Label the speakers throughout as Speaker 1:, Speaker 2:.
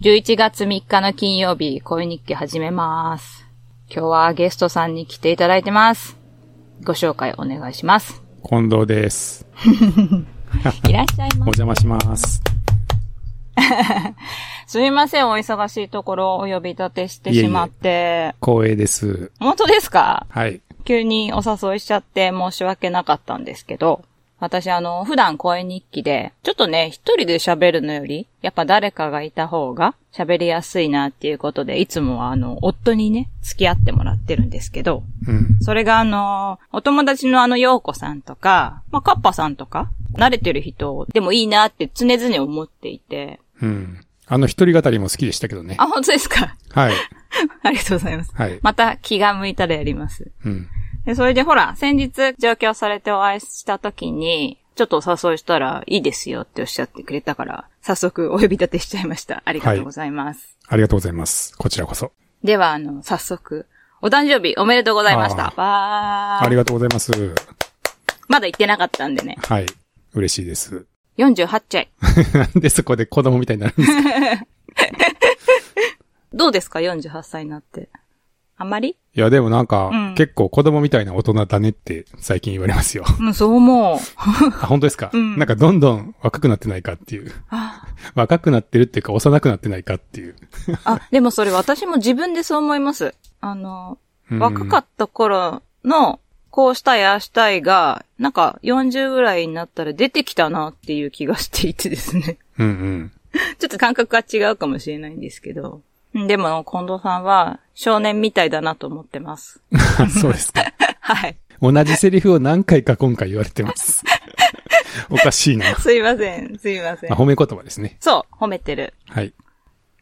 Speaker 1: 11月3日の金曜日、恋日記始めます。今日はゲストさんに来ていただいてます。ご紹介お願いします。
Speaker 2: 近藤です。
Speaker 1: いらっしゃい
Speaker 2: お
Speaker 1: ま
Speaker 2: 邪魔しま
Speaker 1: す。
Speaker 2: す。
Speaker 1: すみません、お忙しいところお呼び立てして
Speaker 2: いえいえ
Speaker 1: しまって。
Speaker 2: 光栄です。
Speaker 1: 本当ですか
Speaker 2: はい。
Speaker 1: 急にお誘いしちゃって申し訳なかったんですけど、私あの、普段声日記で、ちょっとね、一人で喋るのより、やっぱ誰かがいた方が喋りやすいなっていうことで、いつもはあの、夫にね、付き合ってもらってるんですけど、
Speaker 2: うん。
Speaker 1: それがあの、お友達のあの、陽子さんとか、まあ、カッパさんとか、慣れてる人でもいいなって常々思っていて、
Speaker 2: うん。あの、一人語りも好きでしたけどね。
Speaker 1: あ、本当ですか
Speaker 2: はい。
Speaker 1: ありがとうございます。
Speaker 2: はい。
Speaker 1: また気が向いたらやります。
Speaker 2: うん。
Speaker 1: で、それでほら、先日上京されてお会いした時に、ちょっとお誘いしたらいいですよっておっしゃってくれたから、早速お呼び立てしちゃいました。ありがとうございます。
Speaker 2: ありがとうございます。こちらこそ。
Speaker 1: では、あの、早速、お誕生日おめでとうございました
Speaker 2: あ。
Speaker 1: わ
Speaker 2: あり
Speaker 1: ー。
Speaker 2: がとうございます。
Speaker 1: まだ行ってなかったんでね。
Speaker 2: はい。嬉しいです。
Speaker 1: 48歳。
Speaker 2: なんでそこで子供みたいになる んですか
Speaker 1: どうですか ?48 歳になって。あんまり
Speaker 2: いや、でもなんか、
Speaker 1: うん
Speaker 2: 結構子供みたいな大人だねって最近言われますよ。
Speaker 1: うん、そう思う。
Speaker 2: あ、本当ですか、
Speaker 1: うん
Speaker 2: なんかどんどん若くなってないかっていう。
Speaker 1: あ
Speaker 2: 若くなってるっていうか幼くなってないかっていう。
Speaker 1: あ、でもそれ私も自分でそう思います。あの、
Speaker 2: うん
Speaker 1: 若かった頃の、こうしたい、ああしたいが、なんか40ぐらいになったら出てきたなっていう気がしていてですね。
Speaker 2: うんうん。
Speaker 1: ちょっと感覚が違うかもしれないんですけど。うんでも、近藤さんは少年みたいだなと思ってます。
Speaker 2: そうですか。
Speaker 1: はい。
Speaker 2: 同じセリフを何回か今回言われて ます。おかしいな。
Speaker 1: すいません、すいません
Speaker 2: あ。褒め言葉ですね。
Speaker 1: そう、褒めてる。
Speaker 2: はい。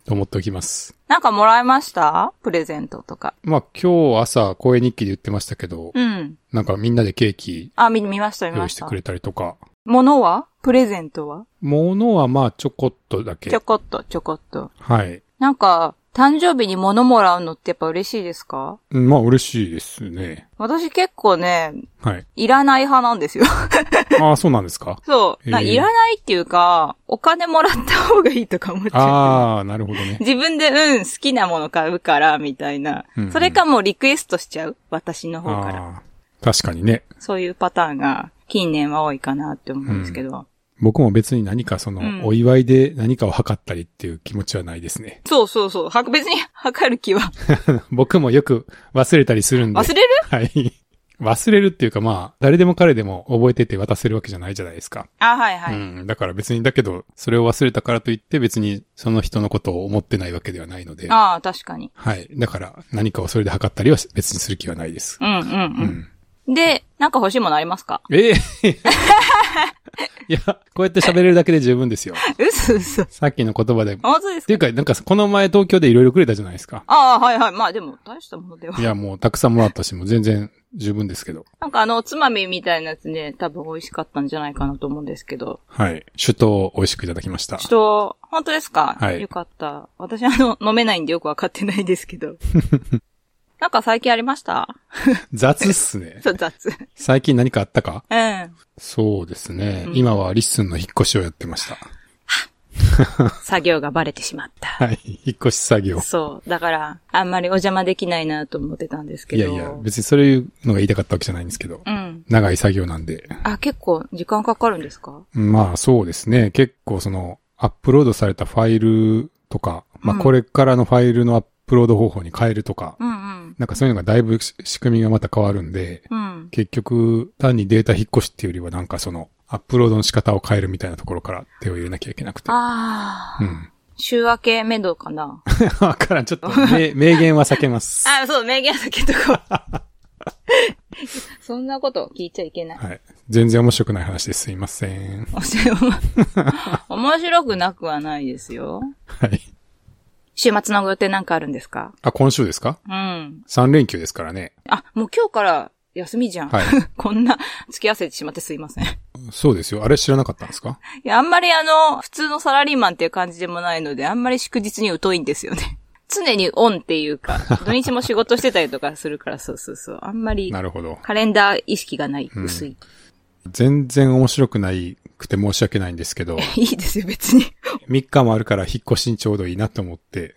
Speaker 2: と思っておきます。
Speaker 1: なんかもらいましたプレゼントとか。
Speaker 2: まあ今日朝声日記で言ってましたけど、
Speaker 1: うん。
Speaker 2: なんかみんなでケーキ
Speaker 1: あ、見、見ました、見
Speaker 2: 用
Speaker 1: ま
Speaker 2: 意
Speaker 1: し
Speaker 2: して
Speaker 1: た
Speaker 2: く。れたりとか、
Speaker 1: ものはプレゼントは
Speaker 2: ものはまあちょこっとだ
Speaker 1: ち
Speaker 2: け
Speaker 1: ょ。こっと、ちょこっと。
Speaker 2: はい。
Speaker 1: なんか、誕生日に物もらうのってやっぱ嬉しいですか
Speaker 2: うんまあ嬉しいですね。
Speaker 1: 私結構ね、
Speaker 2: はい。
Speaker 1: いらない派なん ですよ。
Speaker 2: ああ、そうなんで すか
Speaker 1: そう。
Speaker 2: へえ
Speaker 1: なんかいらないっていうか、お金もらった方がいいとか思っちゃう。
Speaker 2: ああ、なるほど ね。
Speaker 1: 自分で、うん、好きなもの買うから、みたいな
Speaker 2: うんう。ん
Speaker 1: それかもうリクエストしちゃう私の方から。
Speaker 2: ああ、確かにね。
Speaker 1: そういうパターンが近年は多いかなって思うんですけど。
Speaker 2: 僕も別に何かそ
Speaker 1: うん
Speaker 2: の、お祝いで何かを測ったりっていう気持ちはないですね。
Speaker 1: そうそうそう。は別に 測る気は。
Speaker 2: 僕もよく忘れたりするんで。
Speaker 1: 忘れる
Speaker 2: はい。忘れるっていうかまあ、誰でも彼でも覚えてて渡せるわけじゃないじゃないですか。
Speaker 1: あ、はいはい。
Speaker 2: うん。だから別に、だけど、それを忘れたからといって別にその人のことを思ってないわけではないので。
Speaker 1: ああ、確かに。
Speaker 2: はい。だから何かをそれで測ったりは別にする気はないです。
Speaker 1: うんうん
Speaker 2: う
Speaker 1: うん。
Speaker 2: ん。
Speaker 1: で、なんか欲しいものありますか
Speaker 2: ええ いや、こうやって喋れるだけで十分ですよ。
Speaker 1: うそうそ。
Speaker 2: さっきの言葉で。っ
Speaker 1: 本当です
Speaker 2: て
Speaker 1: か
Speaker 2: いうか、なんかこの前東京でいろいろくれたじゃないですか。。
Speaker 1: ああ、はいはい。まあでも、大したものではい
Speaker 2: や、もうたくさんもらったし、もう全然十分ですけど。
Speaker 1: なんかあの、おつまみみたいなやつね、多分美味しかったんじゃないかなと思うんですけど。
Speaker 2: はい。首都を美味しくいただきました
Speaker 1: ちょっ。と、本当ですか
Speaker 2: はい
Speaker 1: よかった。私あの、飲めないんでよくわかってないですけど。なんか最近ありました
Speaker 2: 雑っすね。
Speaker 1: そう、雑。うん。
Speaker 2: 最近何かあったか
Speaker 1: 作
Speaker 2: そうですね。
Speaker 1: うん
Speaker 2: 今はリッスンの引っ越しをやってました。
Speaker 1: 業がバレてしまった。
Speaker 2: はい。引っ越し作業。
Speaker 1: そう。だから、あんまりお邪魔できないなと思ってたんですけ
Speaker 2: いや
Speaker 1: ど。
Speaker 2: いや、別にそういうのが言いたかったわけじゃないんですけど。
Speaker 1: うん。
Speaker 2: 長い作業なんで。
Speaker 1: あ、結構時間かかるんですか
Speaker 2: まあそうですね。結構その、アップロードされたファイルとか、まあ
Speaker 1: うん
Speaker 2: これからのファイルのアップロード方法に変えるとか、
Speaker 1: うんうん。
Speaker 2: なんかそういうのがだいぶし仕組みがまた変わるんで、
Speaker 1: うん。
Speaker 2: 結局単にデータ引っ越しっていうよりはなんかその、アップロードの仕方を変えるみたいなところから手を入れなきゃいけなくて。
Speaker 1: あ
Speaker 2: う
Speaker 1: あ、
Speaker 2: ん。
Speaker 1: 週明けめどかな。
Speaker 2: わからん。ちょっと、 め明言は避けます。
Speaker 1: あ、そう、名言だけとか。 そんなこと聞いちゃい けない。
Speaker 2: はい。全然面白くない話です。すいません。
Speaker 1: お世話面白くなくはないですよ。
Speaker 2: はい。
Speaker 1: 週末のご予定なんかあるんですか
Speaker 2: あ、今週ですか
Speaker 1: うん。
Speaker 2: ?3 連休ですからね。
Speaker 1: あ、もう今日から休みじゃん。
Speaker 2: はい
Speaker 1: こんな、付き合わせてしまってすいません。い
Speaker 2: そうですよ。あれ知らなかったんですか
Speaker 1: や、あんまりあの、普通のサラリーマンっていう感じでもないので、あんまり祝日に疎いんですよね。常にオンっていうか、土日も仕事してたりとかするから、そうそうそう。あんまり、
Speaker 2: なるほど。
Speaker 1: カレンダー意識がない、薄い。
Speaker 2: 全然面白くないくて申し訳ないんですけど、
Speaker 1: いいですよ、別 に。
Speaker 2: 3日もあるから引っ越しにちょうどいいなと思って、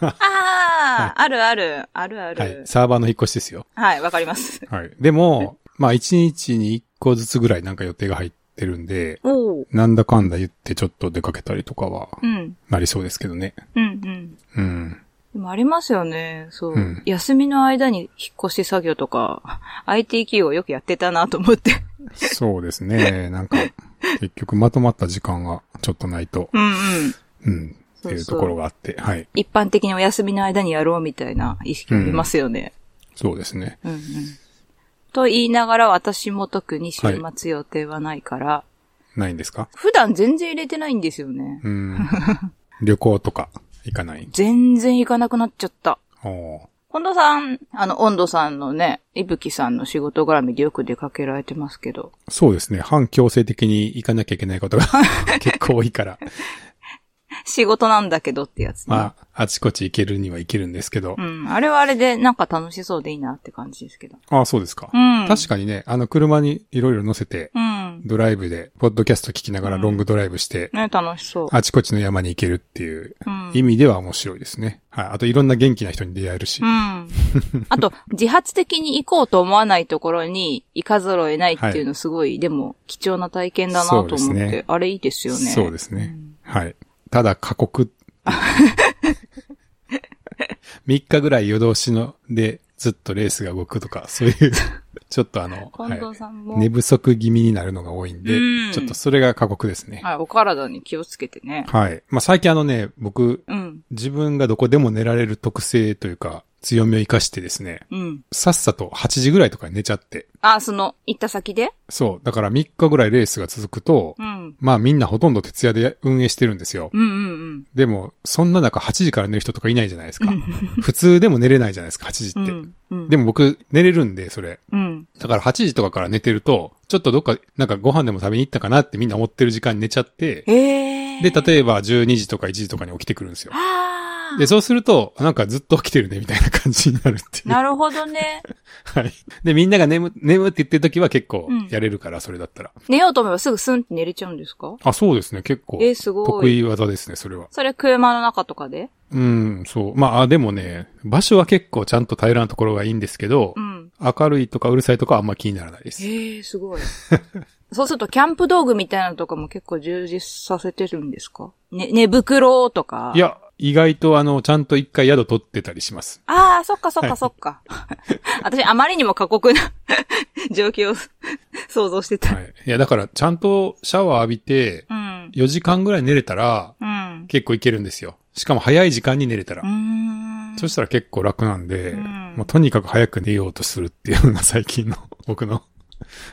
Speaker 1: ああ、あるある、あるあ
Speaker 2: はい
Speaker 1: る。。
Speaker 2: サーバーの引っ越しですよ。
Speaker 1: はい、わかります。
Speaker 2: はい。でも、まあ1日に1個ずつぐらいなんか予定が入ってるんで、
Speaker 1: おお。
Speaker 2: なんだかんだ言ってちょっと出かけたりとかは
Speaker 1: うん、
Speaker 2: なりそうですけどね。
Speaker 1: うん、うん。
Speaker 2: うん。
Speaker 1: でもありますよね。そう。
Speaker 2: うん
Speaker 1: 休みの間に引っ越し作業とか、IT 企業よくやってたなと思 って。
Speaker 2: そうですね。な んか、結局まとまった時間がちょっとないと、
Speaker 1: うんうん。
Speaker 2: うん、って
Speaker 1: そうそう
Speaker 2: いうところがあって、はい。
Speaker 1: 一般的にお休みの間にやろうみたいな意識ありますよね。
Speaker 2: そうですね。
Speaker 1: うん、うん、と言いながら私も特に週末予定はないから、
Speaker 2: ないんですか
Speaker 1: 普段全然入れてないんですよね。
Speaker 2: うん。旅行とか行かない
Speaker 1: 全然行かなくなっちゃった。
Speaker 2: おー
Speaker 1: 近藤さん、あの、温度さんのね、いぶきさんの仕事絡みでよく出かけられてますけど。
Speaker 2: そうですね。反強制的に行かなきゃいけな いことが結構多いから。
Speaker 1: 仕事なんだけどってやつ、ね。
Speaker 2: まあ、あちこち行けるには行けるんですけど
Speaker 1: う。ん。あれはあれで、なんか楽しそうでいいなって感じですけど。
Speaker 2: ああ、そうですか
Speaker 1: う。ん。
Speaker 2: 確かにね、あの車にいろいろ乗せて、
Speaker 1: うん。
Speaker 2: ドライブで、ポッドキャスト聞きながらロングドライブして、
Speaker 1: ね、楽しそう。
Speaker 2: あちこちの山に行けるっていう
Speaker 1: うん。
Speaker 2: 意味では面白いですね。はい。あといろんな元気な人に出会えるし
Speaker 1: うん。。あと、自発的に行こうと思わないところに行かざるを得ないっていうのすごい、でも貴重な体験だなと思って、
Speaker 2: そうですね
Speaker 1: あれいいですよね。。
Speaker 2: そうですすね。はい。ただ過酷。3日ぐらい夜通しのでずっとレースが動くとか、そう いう、ちょっとあの、は
Speaker 1: 近藤
Speaker 2: い、
Speaker 1: さんも、
Speaker 2: 寝不足気味になるのが多いんで
Speaker 1: うん、
Speaker 2: ちょっとそれが過酷ですね。
Speaker 1: はい、お体に気をつけてね。
Speaker 2: はい。まあ最近あのね、僕、
Speaker 1: うん。
Speaker 2: 自分がどこでも寝られる特性というか、強みを活かしてですね、
Speaker 1: うん。
Speaker 2: さっさと8時ぐらいとかに寝ちゃって、
Speaker 1: あ、その、行った先で
Speaker 2: そう。だから3日ぐらいレースが続くと、
Speaker 1: うん。
Speaker 2: まあみんなほとんど徹夜で運営してるんですよ。
Speaker 1: うんうん
Speaker 2: でも、そんな中8時から寝る人とかいないじゃないです
Speaker 1: う
Speaker 2: か。
Speaker 1: ん。
Speaker 2: 普通でも寝れないじゃないですか、8時って。
Speaker 1: うん。うん。
Speaker 2: で
Speaker 1: も、
Speaker 2: も僕、寝れるんで、それ。
Speaker 1: うん。
Speaker 2: だから8時とかから寝てると、ちょっとどっか、なんかご飯でも食べに行ったかなってみんな思ってる時間に寝ちゃって、
Speaker 1: えー。
Speaker 2: で、
Speaker 1: え
Speaker 2: 例えば12時とか1時とかに起きてくるんですよ。
Speaker 1: ば
Speaker 2: で、そうすると、なんかずっと起きてるね、みたいな感じになるっていう。
Speaker 1: なるほど ね。
Speaker 2: はい。で、みんなが眠、眠って言ってる時は結構
Speaker 1: うん
Speaker 2: やれるから、それだったら。
Speaker 1: 寝ようと思えばすぐスンって寝れちゃうんですか
Speaker 2: あ、そうですね、結構。
Speaker 1: えー、すごい。
Speaker 2: 得意技ですね、それは。
Speaker 1: それ車の中とかで
Speaker 2: うん、そう。まああ、でもね、場所は結構ちゃんと平らなところがいいんですけど、
Speaker 1: うん。
Speaker 2: 明るいとかうるさいとかはあんま気にならないです。
Speaker 1: ええすごい。そうすると、キャンプ道具みたいなのとかも結構充実させてるんですかね、寝袋とか。
Speaker 2: い。や、意外とあの、ちゃんと一回宿取ってたりします。
Speaker 1: ああ、そっかそっかそっか。 私、あまりにも過酷な 状況を想像してた。
Speaker 2: はい。いや、だから、ちゃんとシャワー浴びて、
Speaker 1: うん。
Speaker 2: 4時間ぐらい寝れたら、
Speaker 1: うん。
Speaker 2: 結構いけるんですよ。しかも早い時間に寝れたら
Speaker 1: う。ーん。
Speaker 2: そしたら結構楽なんで、
Speaker 1: うん
Speaker 2: もうとにかく早く寝ようとするっていうのが最近の 僕の。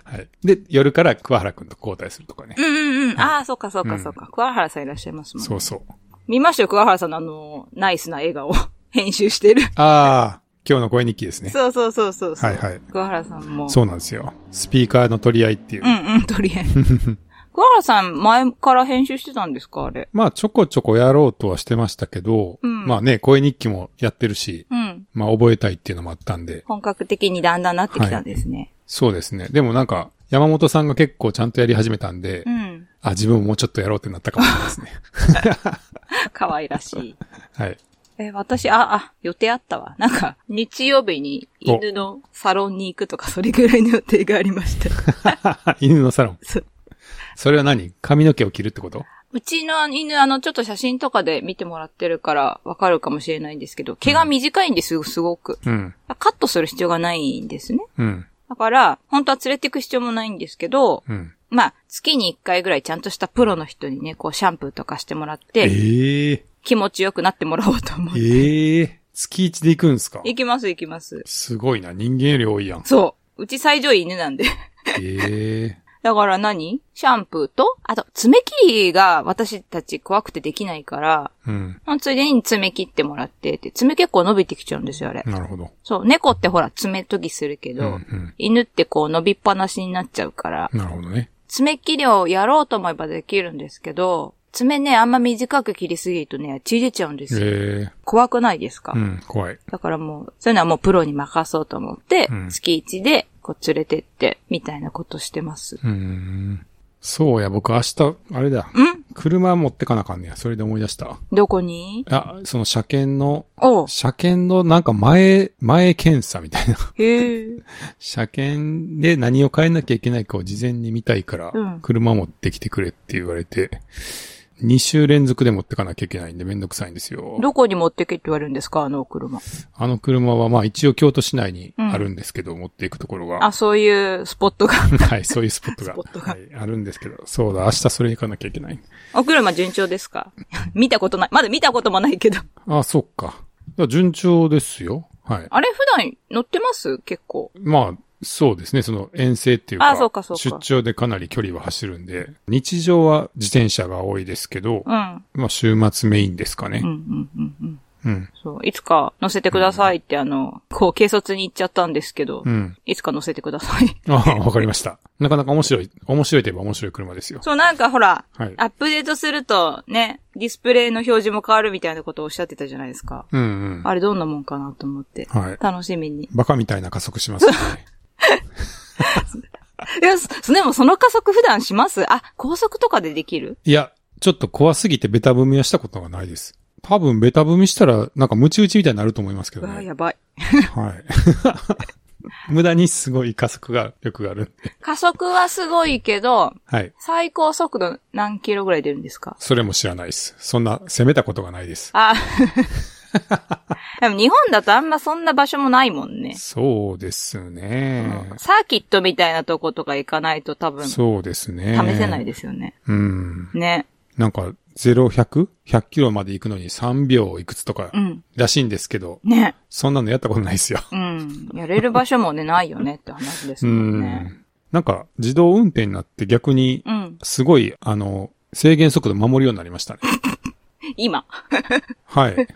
Speaker 2: はい。で、夜から桑原くんと交代するとかね。
Speaker 1: うんうんうん。ああ、そっかそっ
Speaker 2: う
Speaker 1: か
Speaker 2: ん
Speaker 1: そっか。桑原さんいらっしゃいますもん。
Speaker 2: そうそう。
Speaker 1: 見ましたよ、桑原さんのあの、ナイスな笑顔を編集してる。
Speaker 2: ああ、今日の声日記ですね。
Speaker 1: そうそうそうそうそう。
Speaker 2: はいはい
Speaker 1: 桑原さんも。
Speaker 2: そうなんですよ。スピーカーの取り合いっていう。
Speaker 1: うんうん、とりあえ ず。桑原さん、前から編集してたんですかあれ。
Speaker 2: まあ、ちょこちょこやろうとはしてましたけど、
Speaker 1: うん
Speaker 2: まあね、声日記もやってるし、
Speaker 1: うん。
Speaker 2: まあ、覚えたいっていうのもあったんで、
Speaker 1: 本格的にだんだんなってきたんですね。
Speaker 2: そうですね。でもなんか、山本さんが結構ちゃんとやり始めたんで、
Speaker 1: うん。
Speaker 2: あ、自分ももうちょっとやろうってなったかもしれないですね。
Speaker 1: 可愛らしい。
Speaker 2: はい。
Speaker 1: え、私、あ、あ、予定あったわ。なんか、日曜日に犬のサロンに行くとか、それぐらいの予定がありました。
Speaker 2: 犬のサロン。
Speaker 1: そう
Speaker 2: それは何髪の毛を切るってこと
Speaker 1: うちの犬、あの、ちょっと写真とかで見てもらってるから、わかるかもしれないんですけど、毛が短いんですよ、すごく。
Speaker 2: うん。
Speaker 1: カットする必要がないんですね。
Speaker 2: うん。
Speaker 1: だから、本当は連れて行く必要もないんですけど、
Speaker 2: うん。
Speaker 1: まあ、月に1回ぐらいちゃんとしたプロの人にね、こう、シャンプーとかしてもらって、
Speaker 2: ええ
Speaker 1: 気持ちよくなってもらおうと思って。
Speaker 2: ええ月一で行くんすか
Speaker 1: 行きます、行きます。。
Speaker 2: すごいな。人間より多いや ん
Speaker 1: そう。うち最上位犬なんで。
Speaker 2: ええ
Speaker 1: だから何シャンプーと、あと、爪切りが私たち怖くてできないから、
Speaker 2: うん。
Speaker 1: まあついでに爪切ってもらってって、爪結構伸びてきちゃうんですよ、あれ。
Speaker 2: なるほど。
Speaker 1: そう、猫ってほら、爪研ぎするけ
Speaker 2: う
Speaker 1: ど、
Speaker 2: ん。うん。
Speaker 1: 犬ってこう伸びっぱなしになっちゃうから、
Speaker 2: なるほどね。
Speaker 1: 爪切りをやろうと思えばできるんですけど、爪ね、あんま短く切りすぎるとね、ちぎれちゃうんですよ。
Speaker 2: え
Speaker 1: 怖くないですか、
Speaker 2: ー、うん、怖い。
Speaker 1: だからもう、そういうのはもうプロに任そうと思って、
Speaker 2: うん
Speaker 1: 月1でこう連れてって、みたいなことしてます。
Speaker 2: うーん。そうや、僕明日、あれだ。
Speaker 1: ん
Speaker 2: 車持ってかなあかんねや。それで思い出した。
Speaker 1: どこに
Speaker 2: あ、その車検の、
Speaker 1: おう
Speaker 2: 車検のなんか前、前検査みたいな。
Speaker 1: へえ。
Speaker 2: 車検で何を変えなきゃいけないかを事前に見たいから
Speaker 1: うん、
Speaker 2: 車持ってきてくれって言われて、2週連続で持ってかなきゃいけないんでめんどくさいんですよ。
Speaker 1: どこに持ってけって言われるんですかあの車。
Speaker 2: あの車はまあ一応京都市内にあるんですけど、持っていくところが。
Speaker 1: あ、そういうスポットが。
Speaker 2: はい、そういうスポットが
Speaker 1: スポットが
Speaker 2: はい、あるんですけど、そうだ、明日それ行かなきゃいけない。
Speaker 1: お車順調ですか 見たことない。まだ見たこともないけど。
Speaker 2: あ、そっか。だから順調ですよ。はい。
Speaker 1: あれ普段乗ってます結構。
Speaker 2: まあ、そうですね。その遠征っていうか、
Speaker 1: あそうかそうか
Speaker 2: 出張でかなり距離は走るんで、日常は自転車が多いですけど、
Speaker 1: うん。うん
Speaker 2: まあ週末メインですか
Speaker 1: うんう
Speaker 2: ね。
Speaker 1: んうん。
Speaker 2: うん。
Speaker 1: そう。いつか乗せてくださいって、あの、こう軽率に言っちゃったんですけど、
Speaker 2: うん。
Speaker 1: いつか乗せてください。
Speaker 2: ああ、わかりました。なかなか面白い、面白いといえば面白い車ですよ。
Speaker 1: そう、なんかほら、
Speaker 2: はい
Speaker 1: アップデートするとね、ディスプレイの表示も変わるみたいなことをおっしゃってたじゃないですか。
Speaker 2: うんうん。
Speaker 1: あれどんなもんかなと思って。
Speaker 2: はい。
Speaker 1: 楽しみに。
Speaker 2: バカみたいな加速します ね。
Speaker 1: いや、そでもその加速普段しますあ、高速とかでできる
Speaker 2: いや、ちょっと怖すぎてベタ踏みはしたことがないです。多分ベタ踏みしたら、なんかムチ打ちみたいになると思いますけ
Speaker 1: う
Speaker 2: ど
Speaker 1: わ、
Speaker 2: ね。
Speaker 1: やばい。
Speaker 2: はい。 無駄にすごい加速が、力があるんで。
Speaker 1: 加速はすごいけど、
Speaker 2: はい。
Speaker 1: 最高速度何キロぐらい出るんですか
Speaker 2: それも知らないです。そんな、攻めたことがないです。
Speaker 1: あ、 でも日本だとあんまそんな場所もないもんね。
Speaker 2: そうですね。
Speaker 1: サーキットみたいなとことか行かないと多分、試
Speaker 2: そうですね。
Speaker 1: せない
Speaker 2: で。
Speaker 1: ですよね。
Speaker 2: うん。
Speaker 1: ね。
Speaker 2: なんか、0、100?100 キロまで行くのに3秒いくつとか
Speaker 1: うん。
Speaker 2: らしいんですけど、
Speaker 1: ね。
Speaker 2: そんなのやったことないですよ。
Speaker 1: うん。やれる場所もね、ないよねって話です
Speaker 2: う
Speaker 1: もんね。
Speaker 2: ん。なんか、自動運転になって逆に、
Speaker 1: うん。
Speaker 2: すごい、あの、制限速度守るようになりましたね。
Speaker 1: 今。
Speaker 2: はい。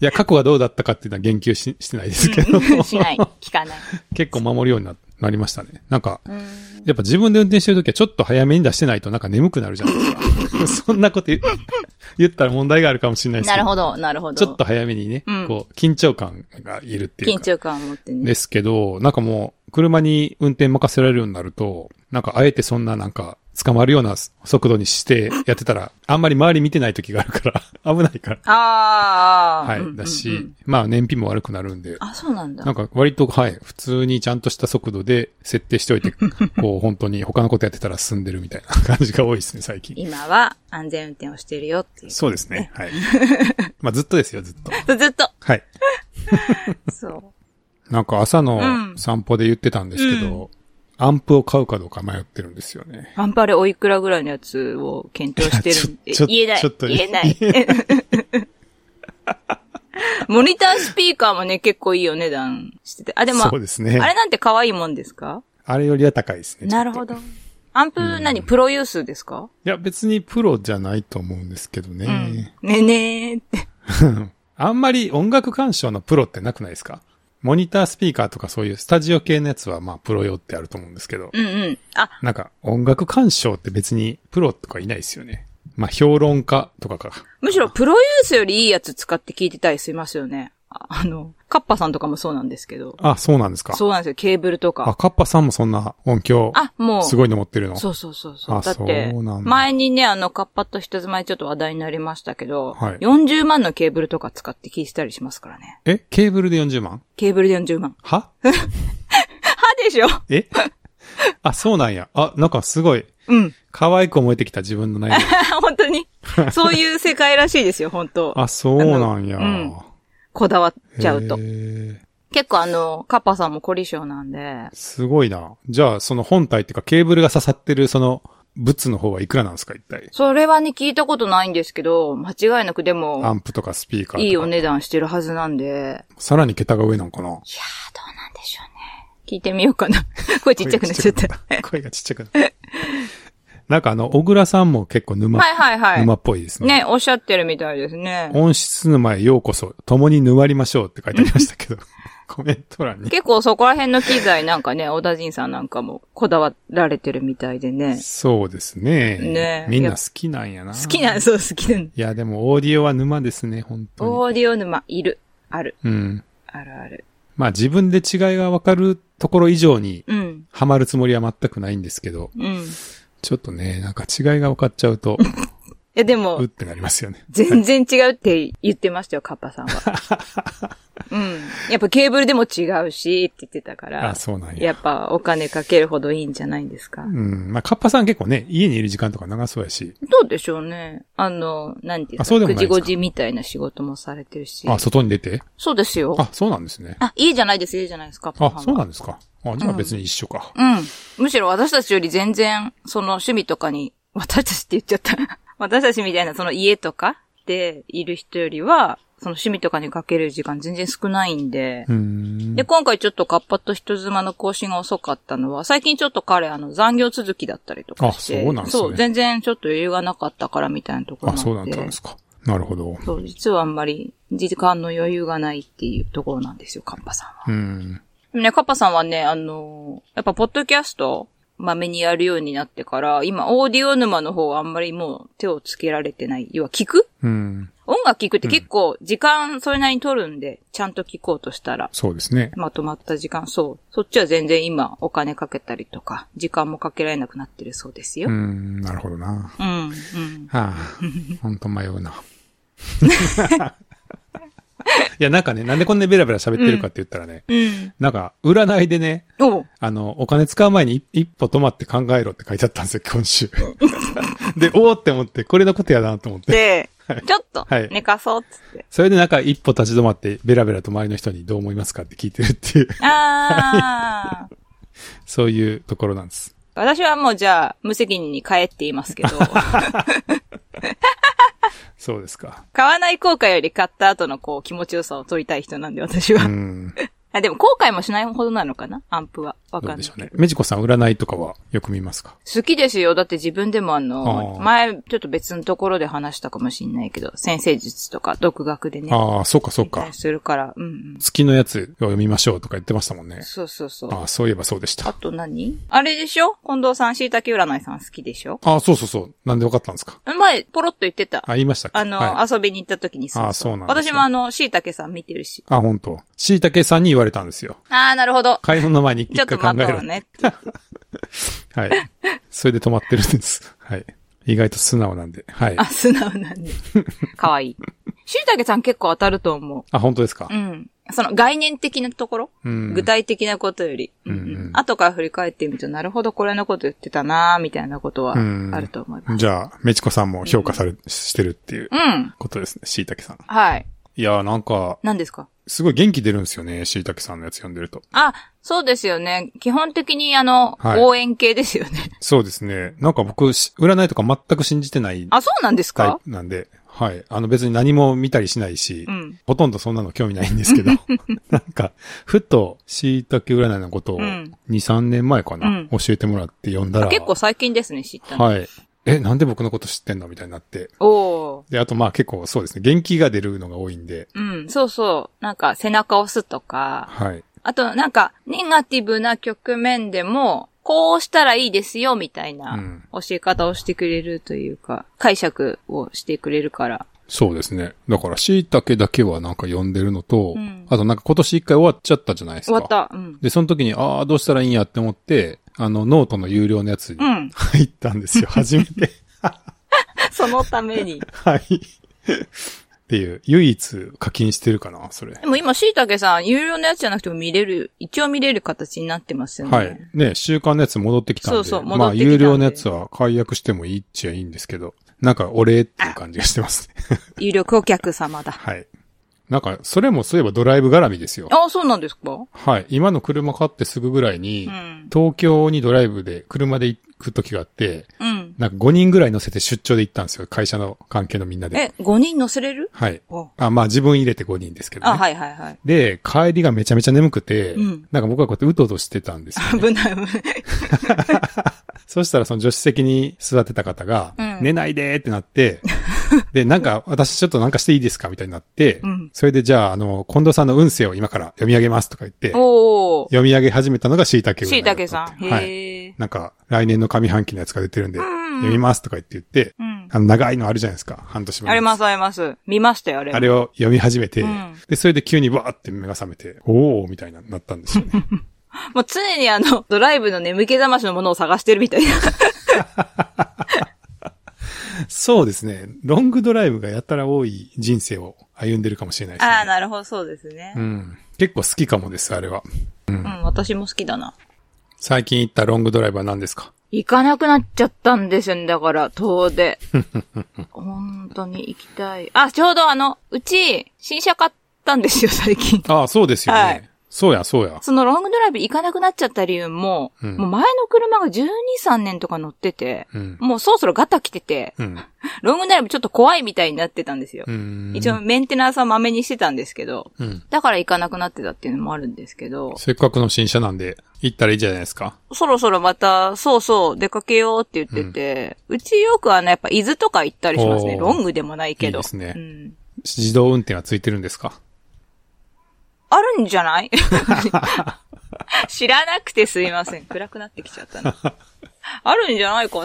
Speaker 2: いや、過去はどうだったかっていうのは言及ししてないですけど、
Speaker 1: しない。聞かない。
Speaker 2: 結構守るようにななりましたね。なんか、
Speaker 1: うん
Speaker 2: やっぱ自分で運転してるときはちょっと早めに出してないとなんか眠くなるじゃないです か。そんなこと言言ったら問題があるかもしれないです
Speaker 1: な
Speaker 2: け
Speaker 1: る
Speaker 2: ど、
Speaker 1: ほど、なるほど。
Speaker 2: ちょっと早めにね、
Speaker 1: うん
Speaker 2: こう、緊張感がいるっていう
Speaker 1: 緊
Speaker 2: か。
Speaker 1: 張感を持ってね。
Speaker 2: ですけど、なんかもう、車に運転任せられるようになると、なんかあえてそんななんか、捕まるような速度にしてやってたら、あんまり周り見てない時があるから、 危ないから。
Speaker 1: ああ。
Speaker 2: は
Speaker 1: うん
Speaker 2: い。だ。
Speaker 1: うんう
Speaker 2: し
Speaker 1: ん、
Speaker 2: まあ燃費も悪くなるんで、
Speaker 1: あ、そうなんだ
Speaker 2: なん。か割と、はい、普通にちゃんとした速度で設定してお いて、こう本当に他のことやってたら進んでるみたいな感じが多いですね、最近。
Speaker 1: 今は安全運転をしてるよっていう。
Speaker 2: そうですね。 はい。まあずっとですよ、ずっと。
Speaker 1: ずずっと。
Speaker 2: はい。
Speaker 1: そう。
Speaker 2: なんか朝
Speaker 1: う
Speaker 2: の
Speaker 1: ん
Speaker 2: 散歩で言ってたんですけど、アンプを買うかどうか迷ってるんですよね。
Speaker 1: アンパレおいくらぐらいのやつを検討してるんで
Speaker 2: いやちょちょ
Speaker 1: 言えない。
Speaker 2: ちょっと
Speaker 1: 言え ない。モニタースピーカーもね、結構いいお値段してて。あ、でも、
Speaker 2: そうですね。
Speaker 1: あ
Speaker 2: あ
Speaker 1: れ
Speaker 2: れ
Speaker 1: なんて可愛いもんですか
Speaker 2: よりは高いですね。
Speaker 1: なる
Speaker 2: ちょ
Speaker 1: ほ
Speaker 2: っと
Speaker 1: ど。アンプ何、プロユースですか
Speaker 2: いや、別にプロじゃないと思うんですけど
Speaker 1: うん。ね
Speaker 2: ね。
Speaker 1: えねえって。
Speaker 2: あんまり音楽鑑賞のプロってなくないですかモニタースピーカーとかそういうスタジオ系のやつはまあプロ用ってあると思うんですけど、
Speaker 1: うんうん。あ、
Speaker 2: なんか音楽鑑賞って別にプロとかいないですよね。まあ評論家とかか。
Speaker 1: むしろプロユースよりいいやつ使って聞いてたりしますよね。ああの、カッパさんとかもそうなんですけど。
Speaker 2: あ、そうなんですか。
Speaker 1: そうなんですよ、ケーブルと
Speaker 2: あ、
Speaker 1: か。
Speaker 2: カッパさんもそんな音響、
Speaker 1: あ、もう。
Speaker 2: すごいの持ってるの。
Speaker 1: そうそうそうそう。
Speaker 2: あ
Speaker 1: だって
Speaker 2: そうなん、だ
Speaker 1: 前にね、あの、カッパと人妻でちょっと話題になりましたけど、
Speaker 2: はい
Speaker 1: 40万のケーブルとか使って聞いてたりしますからね。
Speaker 2: えケーブルで40万
Speaker 1: ケーブルで40万。
Speaker 2: は
Speaker 1: 歯でしょ
Speaker 2: えあ、そうなんや。あ、なんかすごい、
Speaker 1: うん。
Speaker 2: 可愛く思えてきた自分の悩み。
Speaker 1: 本当 に。そういう世界らしいですよ、本当
Speaker 2: あ、そうなんや。
Speaker 1: あのこだわっちゃうと
Speaker 2: へ。ー
Speaker 1: 結構あの、カッパさんも凝り性なんで、
Speaker 2: すごいな。じゃあ、その本体っていうか、ケーブルが刺さってる、その、物の方はいくらなんですか、一体。
Speaker 1: それはね、聞いたことないんですけど、間違いなくで
Speaker 2: ア
Speaker 1: も、
Speaker 2: ンプとかスピーカーとか。
Speaker 1: いいお値段してるはずなんで、
Speaker 2: さらに桁が上なんか
Speaker 1: い
Speaker 2: な。
Speaker 1: やー、どうなんでしょうね。聞いてみようかな。 声ちっちゃくなっちゃった。
Speaker 2: 声がちっちゃくなった。声がちっちゃくなった。なんかあの、小倉さんも結構沼、
Speaker 1: はいはいはい
Speaker 2: 沼。っぽいですね。
Speaker 1: ね、おっしゃってるみたいですね。
Speaker 2: 音質沼へようこそ、共に沼りましょうって書いてありましたけど。コメント欄に。
Speaker 1: 結構そこら辺の機材なんかね、小田陣さんなんかもこだわられてるみたいでね。
Speaker 2: そうですね。
Speaker 1: ねえ
Speaker 2: みんな好きなんやな。
Speaker 1: 好きなん、そう好きなん
Speaker 2: いや、でもオーディオは沼ですね、本当
Speaker 1: オーディオ沼、いる。ある。
Speaker 2: に。うん。
Speaker 1: あるある。
Speaker 2: まあ自分で違いがわかるところ以上に、
Speaker 1: うん。
Speaker 2: ハマるつもりは全くないんですけど、
Speaker 1: うん。い
Speaker 2: ちょっとね、なんか違いが分かっちゃ うと、
Speaker 1: や、で
Speaker 2: うっ
Speaker 1: も、
Speaker 2: てなりますよね。
Speaker 1: 全然違うって言ってましたよ、カッパさんは。 うん。やっぱケーブルでも違うし、って言ってたから
Speaker 2: あ、。そうなんや。
Speaker 1: やっぱお金かけるほどいいんじゃないんですか
Speaker 2: う。ん。まあ、カッパさん結構ね、家にいる時間とか長そうやし、
Speaker 1: どうでしょうね。あの、なんていう
Speaker 2: あそうで
Speaker 1: の
Speaker 2: もな
Speaker 1: く
Speaker 2: いです
Speaker 1: じ
Speaker 2: か
Speaker 1: ごじみたいな仕事もされてるし。
Speaker 2: あ、外に出て。
Speaker 1: そうですよ。
Speaker 2: あ、そうなんですね。
Speaker 1: あ、いいじゃないです、いいじゃないですか、パパ
Speaker 2: あ、
Speaker 1: は
Speaker 2: そうなんですか。あ、じゃあ別に一緒か。
Speaker 1: うん。むしろ私たちより全然、その趣味とかに、私たちって言っちゃった。 私たちみたいなその家とかでいる人よりは、その趣味とかにかける時間全然少ないんで。
Speaker 2: うーん
Speaker 1: で、。今回ちょっとカッパと人妻の更新が遅かったのは、最近ちょっと彼、あの、残業続きだったりとかして。
Speaker 2: あそうなんですね
Speaker 1: そう、全然ちょっと余裕がなかったからみたいなところ
Speaker 2: あ、
Speaker 1: もあっ
Speaker 2: そ
Speaker 1: て。
Speaker 2: うだったんですか。なるほど。
Speaker 1: そう、実はあんまり時間の余裕がないっていうところなんですよ、カッパさんは。
Speaker 2: うん。
Speaker 1: でもね、カッパさんはね、あのーやっぱポッドキャスト、まめにやるようになってから、今、オーディオ沼の方はあんまりもう手をつけられてない。要は聞く
Speaker 2: うん。
Speaker 1: 音楽聞くって結構時間それなりに取るんで、ちゃんと聞こうとしたら。
Speaker 2: そうですね。
Speaker 1: まとまった時間、そう。そっちは全然今お金かけたりとか、時間もかけられなくなってるそうですよ。
Speaker 2: う
Speaker 1: うん、
Speaker 2: ん、なるほどな。
Speaker 1: うん、
Speaker 2: はあ、ほんと迷うな。いや、なんかね、なんでこんなにベラベラ喋ってるかって言ったらね、
Speaker 1: うん。
Speaker 2: なんか、占いでね、
Speaker 1: おう
Speaker 2: あの、お金使う前に一一歩止まって考えろって書いてあったんですよ、今 週。で、おーって思って、これのことやなと思って。
Speaker 1: で、 ちょっと
Speaker 2: はい、
Speaker 1: 寝かそうっつって。
Speaker 2: それでなんか一歩立ち止まって、ベラベラと周りの人にどう思いますかって聞いてるっていう、
Speaker 1: ああ。
Speaker 2: そういうところなんです。
Speaker 1: 私はもうじゃあ、無責任に帰っていますけど、
Speaker 2: そうですか。
Speaker 1: 買わない後悔より買った後のこう気持ちよさを取りたい人なんで私は。
Speaker 2: うん。
Speaker 1: あでも後悔もしないほどなのかなアンプは。わ
Speaker 2: ど
Speaker 1: かな
Speaker 2: うんで
Speaker 1: い
Speaker 2: しょう
Speaker 1: けど
Speaker 2: ね。。メジコさん占いとかはよく見ますか
Speaker 1: 好きですよ。だって自分でもあの
Speaker 2: あ、ー
Speaker 1: 前ちょっと別のところで話したかもしんないけど、先生術とか独学でね。
Speaker 2: ああ、そうかそう
Speaker 1: 理解
Speaker 2: か。
Speaker 1: するから。うんうん。
Speaker 2: 月のやつを読みましょうとか言ってましたもんね。
Speaker 1: そうそうそう。
Speaker 2: ああ、そういえばそうでし
Speaker 1: あ
Speaker 2: た。
Speaker 1: と何あれでしょ近藤さん、椎茸占いさん好きでしょ
Speaker 2: ああ、そうそうそう。なんでわかったんですか
Speaker 1: 前、ポロッと言ってた。
Speaker 2: あ、言いましたっけ
Speaker 1: あの、
Speaker 2: はい
Speaker 1: 遊びに行った時に
Speaker 2: あそうなんですね
Speaker 1: 私もあの、椎茸さん見てるし。
Speaker 2: あ、本当。椎茸さんに言われたんですよ。
Speaker 1: ああ、なるほど。
Speaker 2: 買い物の前に
Speaker 1: ちょ
Speaker 2: 一
Speaker 1: っと
Speaker 2: 回
Speaker 1: 待
Speaker 2: 考え
Speaker 1: と
Speaker 2: ろ
Speaker 1: う。ね。
Speaker 2: はい。それで止まってるんです。はい。意外と素直なんで。はい
Speaker 1: あ、。素直なんで。 かわいい。しいたけさん結構当たると思う。
Speaker 2: あ、本当ですか
Speaker 1: うん。その概念的なところ、
Speaker 2: うん
Speaker 1: 具体的なことより、うんうん
Speaker 2: うん
Speaker 1: 後から振り返ってみると、なるほどこれのこと言ってたなーみたいなことは
Speaker 2: うん
Speaker 1: あると思います。
Speaker 2: じゃあ、メチコさんも評価され、してるっていう
Speaker 1: うん。
Speaker 2: ことですね。椎茸さん。
Speaker 1: はい。
Speaker 2: いやーなんか、
Speaker 1: 何ですか
Speaker 2: すごい元気出るんですよね。椎茸さんのやつ読んでると。
Speaker 1: あ、そうですよね。基本的にあの、
Speaker 2: はい
Speaker 1: 応援系ですよね。
Speaker 2: そうですね。なんか僕、し占いとか全く信じてない
Speaker 1: あ、そうなんです
Speaker 2: タイ
Speaker 1: か
Speaker 2: プなんで、はい。あの別に何も見たりしないし、
Speaker 1: うん。
Speaker 2: ほとんどそんなの興味ないんです けど、なんか、ふと、椎茸占いのことを、
Speaker 1: う
Speaker 2: 2
Speaker 1: ん、
Speaker 2: 3年前かな、
Speaker 1: うん
Speaker 2: 教えてもらって読んだら、
Speaker 1: 結構最近ですね、知ったの。
Speaker 2: はい。え、なんで僕のこと知ってんのみたいになって。
Speaker 1: おー。
Speaker 2: で、あとまあ結構そうですね、元気が出るのが多いんで、
Speaker 1: うん、そうそう。なんか背中を押すとか、
Speaker 2: はい。。
Speaker 1: あと、なんか、ネガティブな局面でも、こうしたらいいですよ、みたいうなん教え方をしてくれるというか、解釈をしてくれるから。
Speaker 2: そうですね。だから、椎茸だけはなんか読んでるのと、
Speaker 1: うん
Speaker 2: あとなんか今年一回終わっちゃったじゃないです
Speaker 1: 終
Speaker 2: か。
Speaker 1: わった。うん。
Speaker 2: で、その時に、ああ、どうしたらいいんやって思って、あの、ノートの有料のやつに
Speaker 1: うん。
Speaker 2: 入ったん ですよ、初めて。
Speaker 1: そのために。
Speaker 2: はい。っていう、唯一課金してるかな、それ。
Speaker 1: でも今、椎茸さん、有料のやつじゃなくても見れる、一応見れる形になってますよね。
Speaker 2: はい。ね、週刊のやつ戻ってきたんで。
Speaker 1: そうそう戻
Speaker 2: まあ、
Speaker 1: ってきたんで
Speaker 2: 有料のやつは解約してもいいっちゃいいんですけど、なんかお礼っていう感じがし てますね。
Speaker 1: 有料顧客様だ。
Speaker 2: はい。なんか、それもそういえばドライブ絡みですよ。
Speaker 1: あ、そうなんですか
Speaker 2: はい。今の車買ってすぐぐらいうに、
Speaker 1: ん。
Speaker 2: 東京にドライブで、車で行く時があって、
Speaker 1: うん。
Speaker 2: なんか5人ぐらい乗せて出張で行ったんですよ。会社の関係のみんなで。
Speaker 1: え、5人乗せれる
Speaker 2: はい。
Speaker 1: お
Speaker 2: あ、まあ自分入れて5人ですけど、ね。
Speaker 1: あ、はいはいはい。
Speaker 2: で、帰りがめちゃめちゃ眠くて、
Speaker 1: うん
Speaker 2: なんか僕はこうやってうとうとしてたんですよ。
Speaker 1: 危ない危ない。
Speaker 2: そしたらその助手席に座ってた方が、
Speaker 1: うん
Speaker 2: 寝ないでーってなって、で、なんか、私ちょっとなんかしていいですかみたいになって、
Speaker 1: うん
Speaker 2: それでじゃあ、あの、近藤さんの運勢を今から読み上げますとか言って、
Speaker 1: おお。
Speaker 2: 読み上げ始めたのが椎茸占い
Speaker 1: しいたけさん。
Speaker 2: はい。
Speaker 1: へえ。
Speaker 2: なんか、来年の上半期のやつが出てるんで、読みますとか言って言って、
Speaker 1: うん。
Speaker 2: あの、長いのあるじゃないですか。半年前のや
Speaker 1: あ
Speaker 2: つ。
Speaker 1: りますあります。見ましたよ、あれ。
Speaker 2: あれを読み始めて、
Speaker 1: うん
Speaker 2: で、それで急にわーって目が覚めて、おーみたいな、なったんですよね。
Speaker 1: もう常にあの、 ドライブの眠気覚ましのものを探してるみたい な。
Speaker 2: そうですね。ロングドライブがやたら多い人生を歩んでるかもしれないですね。
Speaker 1: ああ、なるほど、そうですね
Speaker 2: う。ん。結構好きかもです、あれは。
Speaker 1: うん、私も好きだな。
Speaker 2: 最近行ったロングドライブは何ですか
Speaker 1: 行かなくなっちゃったんですよね、だから、遠 出。本当に行きたい。あ、ちょうどあの、うち、新車買ったんですよ、 最近。
Speaker 2: ああ、そうですよね。
Speaker 1: はい
Speaker 2: そうや、そうや。
Speaker 1: そのロングドライブ行かなくなっちゃった理由も、
Speaker 2: うん
Speaker 1: もう前の車が12、3年とか乗ってて、
Speaker 2: うん。
Speaker 1: もうそろそろガタ来てて、
Speaker 2: うん。
Speaker 1: ロングドライブちょっと怖いみたいになってたんですよ。
Speaker 2: うん。
Speaker 1: 一応メンテナンスはまめにしてたんですけど、
Speaker 2: うん。
Speaker 1: だから行かなくなってたっていうのもあるんですけど、
Speaker 2: せっかくの新車なんで、行ったらいいじゃないですか。
Speaker 1: そろそろまた、そうそう、出かけようって言ってて、うちよくあの、やっぱ伊豆とか行ったりしますね。
Speaker 2: おー
Speaker 1: ロングでもないけど。
Speaker 2: いいですね
Speaker 1: うん
Speaker 2: 自動運転はついてるんですか
Speaker 1: あるんじゃない 知らなくてすいません。暗くなってきちゃったな。あるんじゃないかな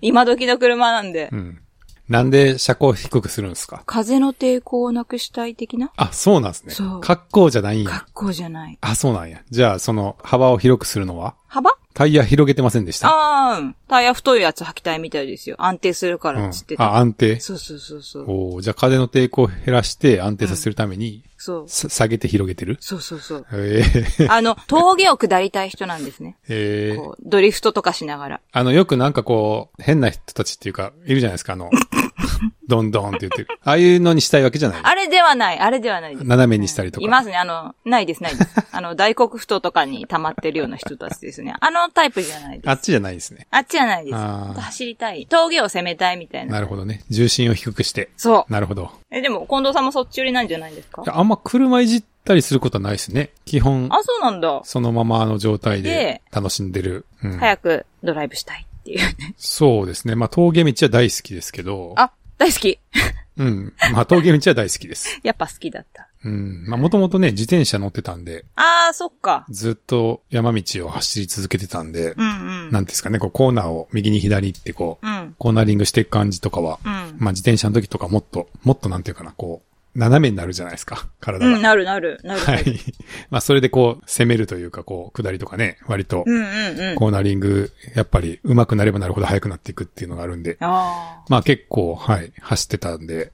Speaker 1: 今時の車なんで。
Speaker 2: うん。なんで車高低くするんですか
Speaker 1: 風の抵抗をなくしたい的な
Speaker 2: あ、そうなんですね
Speaker 1: そう。
Speaker 2: 格好じゃないんや。
Speaker 1: 格好じゃない。
Speaker 2: あ、そうなんや。じゃあ、その、幅を広くするのは
Speaker 1: 幅
Speaker 2: タイヤ広げてませんでした
Speaker 1: ああ、うんタイヤ太いやつ履きたいみたいですよ。安定するか
Speaker 2: う
Speaker 1: ら
Speaker 2: ん
Speaker 1: っつって。た。
Speaker 2: あ、安定
Speaker 1: そうそうそうそう。
Speaker 2: おーじゃあ風の抵抗を減らして安定させるために、
Speaker 1: そう。
Speaker 2: さ下げて広げてる
Speaker 1: そうそうそう。
Speaker 2: えー
Speaker 1: あの、峠を下りたい人なんですね。
Speaker 2: えー
Speaker 1: こう、ドリフトとかしながら。
Speaker 2: あの、よくなんかこう、変な人たちっていうか、いるじゃないですか、あの、どんどんって言ってる。ああいうのにしたいわけじゃない。
Speaker 1: あれではない、あれではないです。
Speaker 2: 斜めにしたりとか
Speaker 1: いますね。あの、ないです、ないです。 あの、大黒ふ頭とかに溜まってるような人たちですね。あのタイプじゃないです。
Speaker 2: あっちじゃないですね。
Speaker 1: あっちじゃないです。
Speaker 2: あー
Speaker 1: ほんと走りたい。峠を攻めたいみたいな。
Speaker 2: なるほどね。重心を低くして。
Speaker 1: そう。
Speaker 2: なるほど。
Speaker 1: え、でも、近藤さんもそっち寄りなんじゃないですか
Speaker 2: いやあんま車いじったりすることはないですね。基本、
Speaker 1: あ、そうなんだ。
Speaker 2: そのままの状態で
Speaker 1: で
Speaker 2: 楽しんでる。うん、
Speaker 1: 早くドライブしたいっていうね。
Speaker 2: そうですね。まあ、峠道は大好きですけど。
Speaker 1: あ、大好き。
Speaker 2: うん。まあ、峠道は大好きです。
Speaker 1: やっぱ好きだった。
Speaker 2: うん。まあ、もともとね、自転車乗ってたんで、
Speaker 1: あー、そっか。
Speaker 2: ずっと山道を走り続けてたんで、
Speaker 1: うんうん。
Speaker 2: なんですかね、こうコーナーを右に左に行ってこう、
Speaker 1: うん。
Speaker 2: コーナリングしていく感じとかは、
Speaker 1: うん。
Speaker 2: まあ自転車の時とかもっと、もっとなんていうかな、こう、斜めになるじゃないですか、体が。
Speaker 1: うん、なるなる、なる。
Speaker 2: はい。まあそれでこう、攻めるというか、こう、下りとかね、割と、
Speaker 1: うんうんうん。
Speaker 2: コーナリング、やっぱり上手くなればなるほど速くなっていくっていうのがあるんで、
Speaker 1: あー。
Speaker 2: まあ結構、はい、走ってたんで、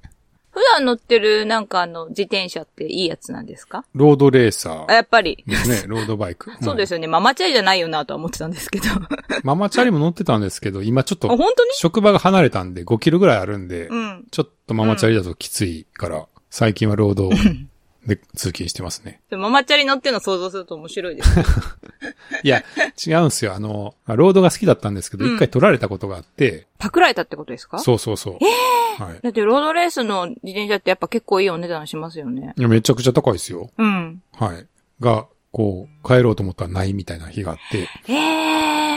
Speaker 1: 普段乗ってる、なんかあの、自転車っていいやつなんですか
Speaker 2: ロードレーサ
Speaker 1: あ
Speaker 2: ー
Speaker 1: やっぱり。
Speaker 2: です ね、ロードバイク。
Speaker 1: そうですよね。ママチャリじゃないよなとは思ってたんですけど。あ、
Speaker 2: うんママチャリも乗ってたんですけど、今ちょっと
Speaker 1: 本、当に
Speaker 2: 職場が離れたんで5キロぐらいあるんで、
Speaker 1: うん。
Speaker 2: ちょっとママチャリだときついから、最近は労 働で通勤してますね。
Speaker 1: でもママチャリ乗ってるの想像すると面白いです ね。
Speaker 2: いや、違うんすよ。あの、まあ、ロードが好きだったんですけど、
Speaker 1: うん
Speaker 2: 一、回取られたことがあって、
Speaker 1: パクられたってことですか
Speaker 2: そうそうそう。はい。
Speaker 1: だってロードレースの自転車ってやっぱ結構いいお値段しますよね。
Speaker 2: いやめちゃくちゃ高いですよ。
Speaker 1: うん。
Speaker 2: はい。が、こう、帰ろうと思ったらないみたいな日があって、
Speaker 1: え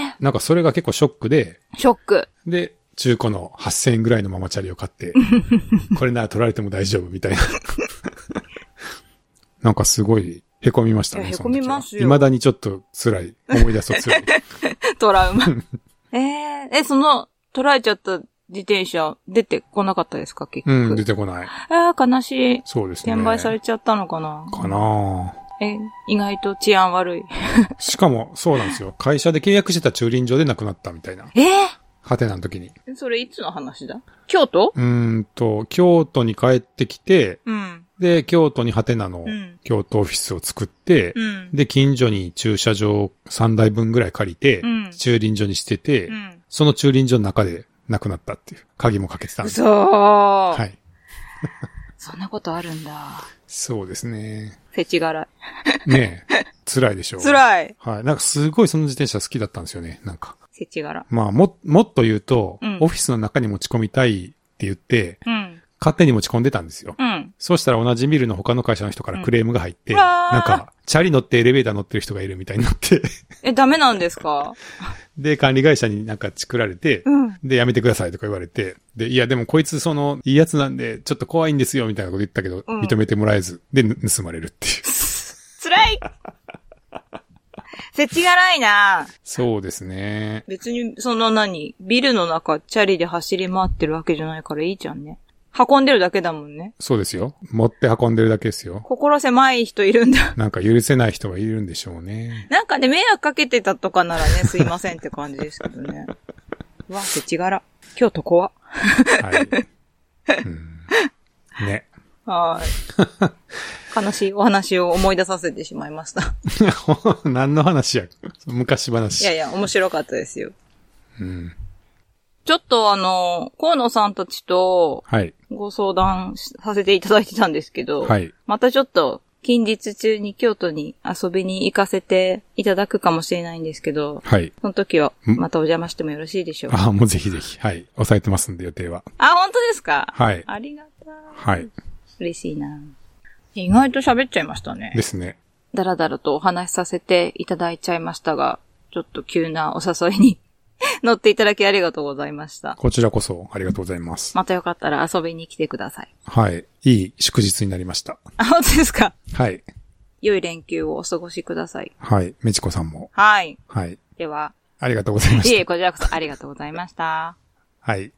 Speaker 1: え
Speaker 2: なんかそれが結構ショックで、
Speaker 1: ー、ショック。
Speaker 2: で、中古の8000円ぐらいのママチャリを買 って、これなら取られても大丈夫みたいな。 なんかすごい、凹みました
Speaker 1: い
Speaker 2: ね。
Speaker 1: や
Speaker 2: その時は
Speaker 1: 凹みますよ
Speaker 2: 未だにちょっと辛い。思い出す と辛い。
Speaker 1: トラウ マ。ええー、え、その、取られちゃった自転車出てこなかったですか結局。
Speaker 2: うん、出てこない。
Speaker 1: ああ、悲しい。
Speaker 2: そうですね。
Speaker 1: 転売されちゃったのかな
Speaker 2: かなぁ
Speaker 1: え、意外と治安悪い。
Speaker 2: しかも、そうなんですよ。会社で契約してた駐輪場で亡くなったみたいな。
Speaker 1: えー、
Speaker 2: ハテナの時に。
Speaker 1: それいつの話だ京都
Speaker 2: うーんと、京都に帰ってきて、
Speaker 1: うん。
Speaker 2: で、京都にハテナの
Speaker 1: うん
Speaker 2: 京都オフィスを作って、
Speaker 1: うん。
Speaker 2: で、近所に駐車場3台分ぐらい借りて、
Speaker 1: うん
Speaker 2: 駐輪場にしてて、
Speaker 1: うん。
Speaker 2: その駐輪場の中で亡くなったっていう。鍵もかけてたんです。
Speaker 1: 嘘ー、
Speaker 2: はい。
Speaker 1: そんなことあるんだ。
Speaker 2: そうですね。
Speaker 1: せちがらい。
Speaker 2: ね え。辛いでしょう。い。
Speaker 1: 辛い。
Speaker 2: はい。なんかすごいその自転車好きだったんですよね。なんか。
Speaker 1: せちがら。
Speaker 2: まあ、も、もっと言うと、
Speaker 1: うん
Speaker 2: オフィスの中に持ち込みたいって言って、
Speaker 1: うん。
Speaker 2: 勝手に持ち込んでたんですよ。
Speaker 1: うん。
Speaker 2: そうしたら同じビルの他の会社の人からクレームが入って、
Speaker 1: うんうわー
Speaker 2: なんか、チャリ乗ってエレベーター乗ってる人がいるみたいになって、
Speaker 1: え、ダメなんですか
Speaker 2: で、管理会社になんかチクられて、
Speaker 1: うん。
Speaker 2: で、やめてくださいとか言われて、で、いや、でもこいつその、いいやつなんで、ちょっと怖いんですよ、みたいなこと言ったけど、
Speaker 1: うん
Speaker 2: 認めてもらえず、で、ぬ盗まれるって いう。
Speaker 1: 辛いせちがないな
Speaker 2: そうですね。
Speaker 1: 別に、その何ビルの中、チャリで走り回ってるわけじゃないからいいじゃんね。運んでるだけだもんね。
Speaker 2: そうですよ。持って運んでるだけですよ。
Speaker 1: 心狭い人いるんだ。
Speaker 2: なんか許せない人がいるんでしょうね。
Speaker 1: なんかね、迷惑かけてたとかならね、すいませんって感じですけどね。 うわ、せちがら。今日とこは。
Speaker 2: はい。うん、ね。
Speaker 1: はーい。 悲しいお話を思い出させてしまいま した。
Speaker 2: 何の話や。昔
Speaker 1: い
Speaker 2: 話。
Speaker 1: やいや、面白かったですよ。
Speaker 2: うん、
Speaker 1: ちょっとあの、河野さんたちと
Speaker 2: はい。
Speaker 1: ご相談しさせていただいてたんですけど、
Speaker 2: はい。
Speaker 1: またちょっと近日中に京都に遊びに行かせていただくかもしれないんですけど、
Speaker 2: はい。
Speaker 1: その時は
Speaker 2: ん
Speaker 1: またお邪魔してもよろしいでしょうか。
Speaker 2: ああ、もうぜひぜひ。はい。押さえてますんで、予定は。
Speaker 1: あ、本当ですか
Speaker 2: はい。
Speaker 1: ありがたい。
Speaker 2: はい。
Speaker 1: 嬉しいな。意外と喋っちゃいましたね
Speaker 2: で。すね。
Speaker 1: だらだらとお話しさせていただいちゃいましたが、ちょっと急なお誘いに 乗っていただきありがとうございました。
Speaker 2: こちらこそありがとうございます。
Speaker 1: またよかったら遊びに来てください。
Speaker 2: はい。いい祝日になりました。
Speaker 1: あ、本当ですか
Speaker 2: はい。
Speaker 1: 良い連休をお過ごしください。
Speaker 2: はい。めちこさんも。
Speaker 1: はい。
Speaker 2: はい。
Speaker 1: では、
Speaker 2: ありがとうございま
Speaker 1: い
Speaker 2: し
Speaker 1: え、
Speaker 2: た。
Speaker 1: こちらこそありがとうございました。
Speaker 2: はい。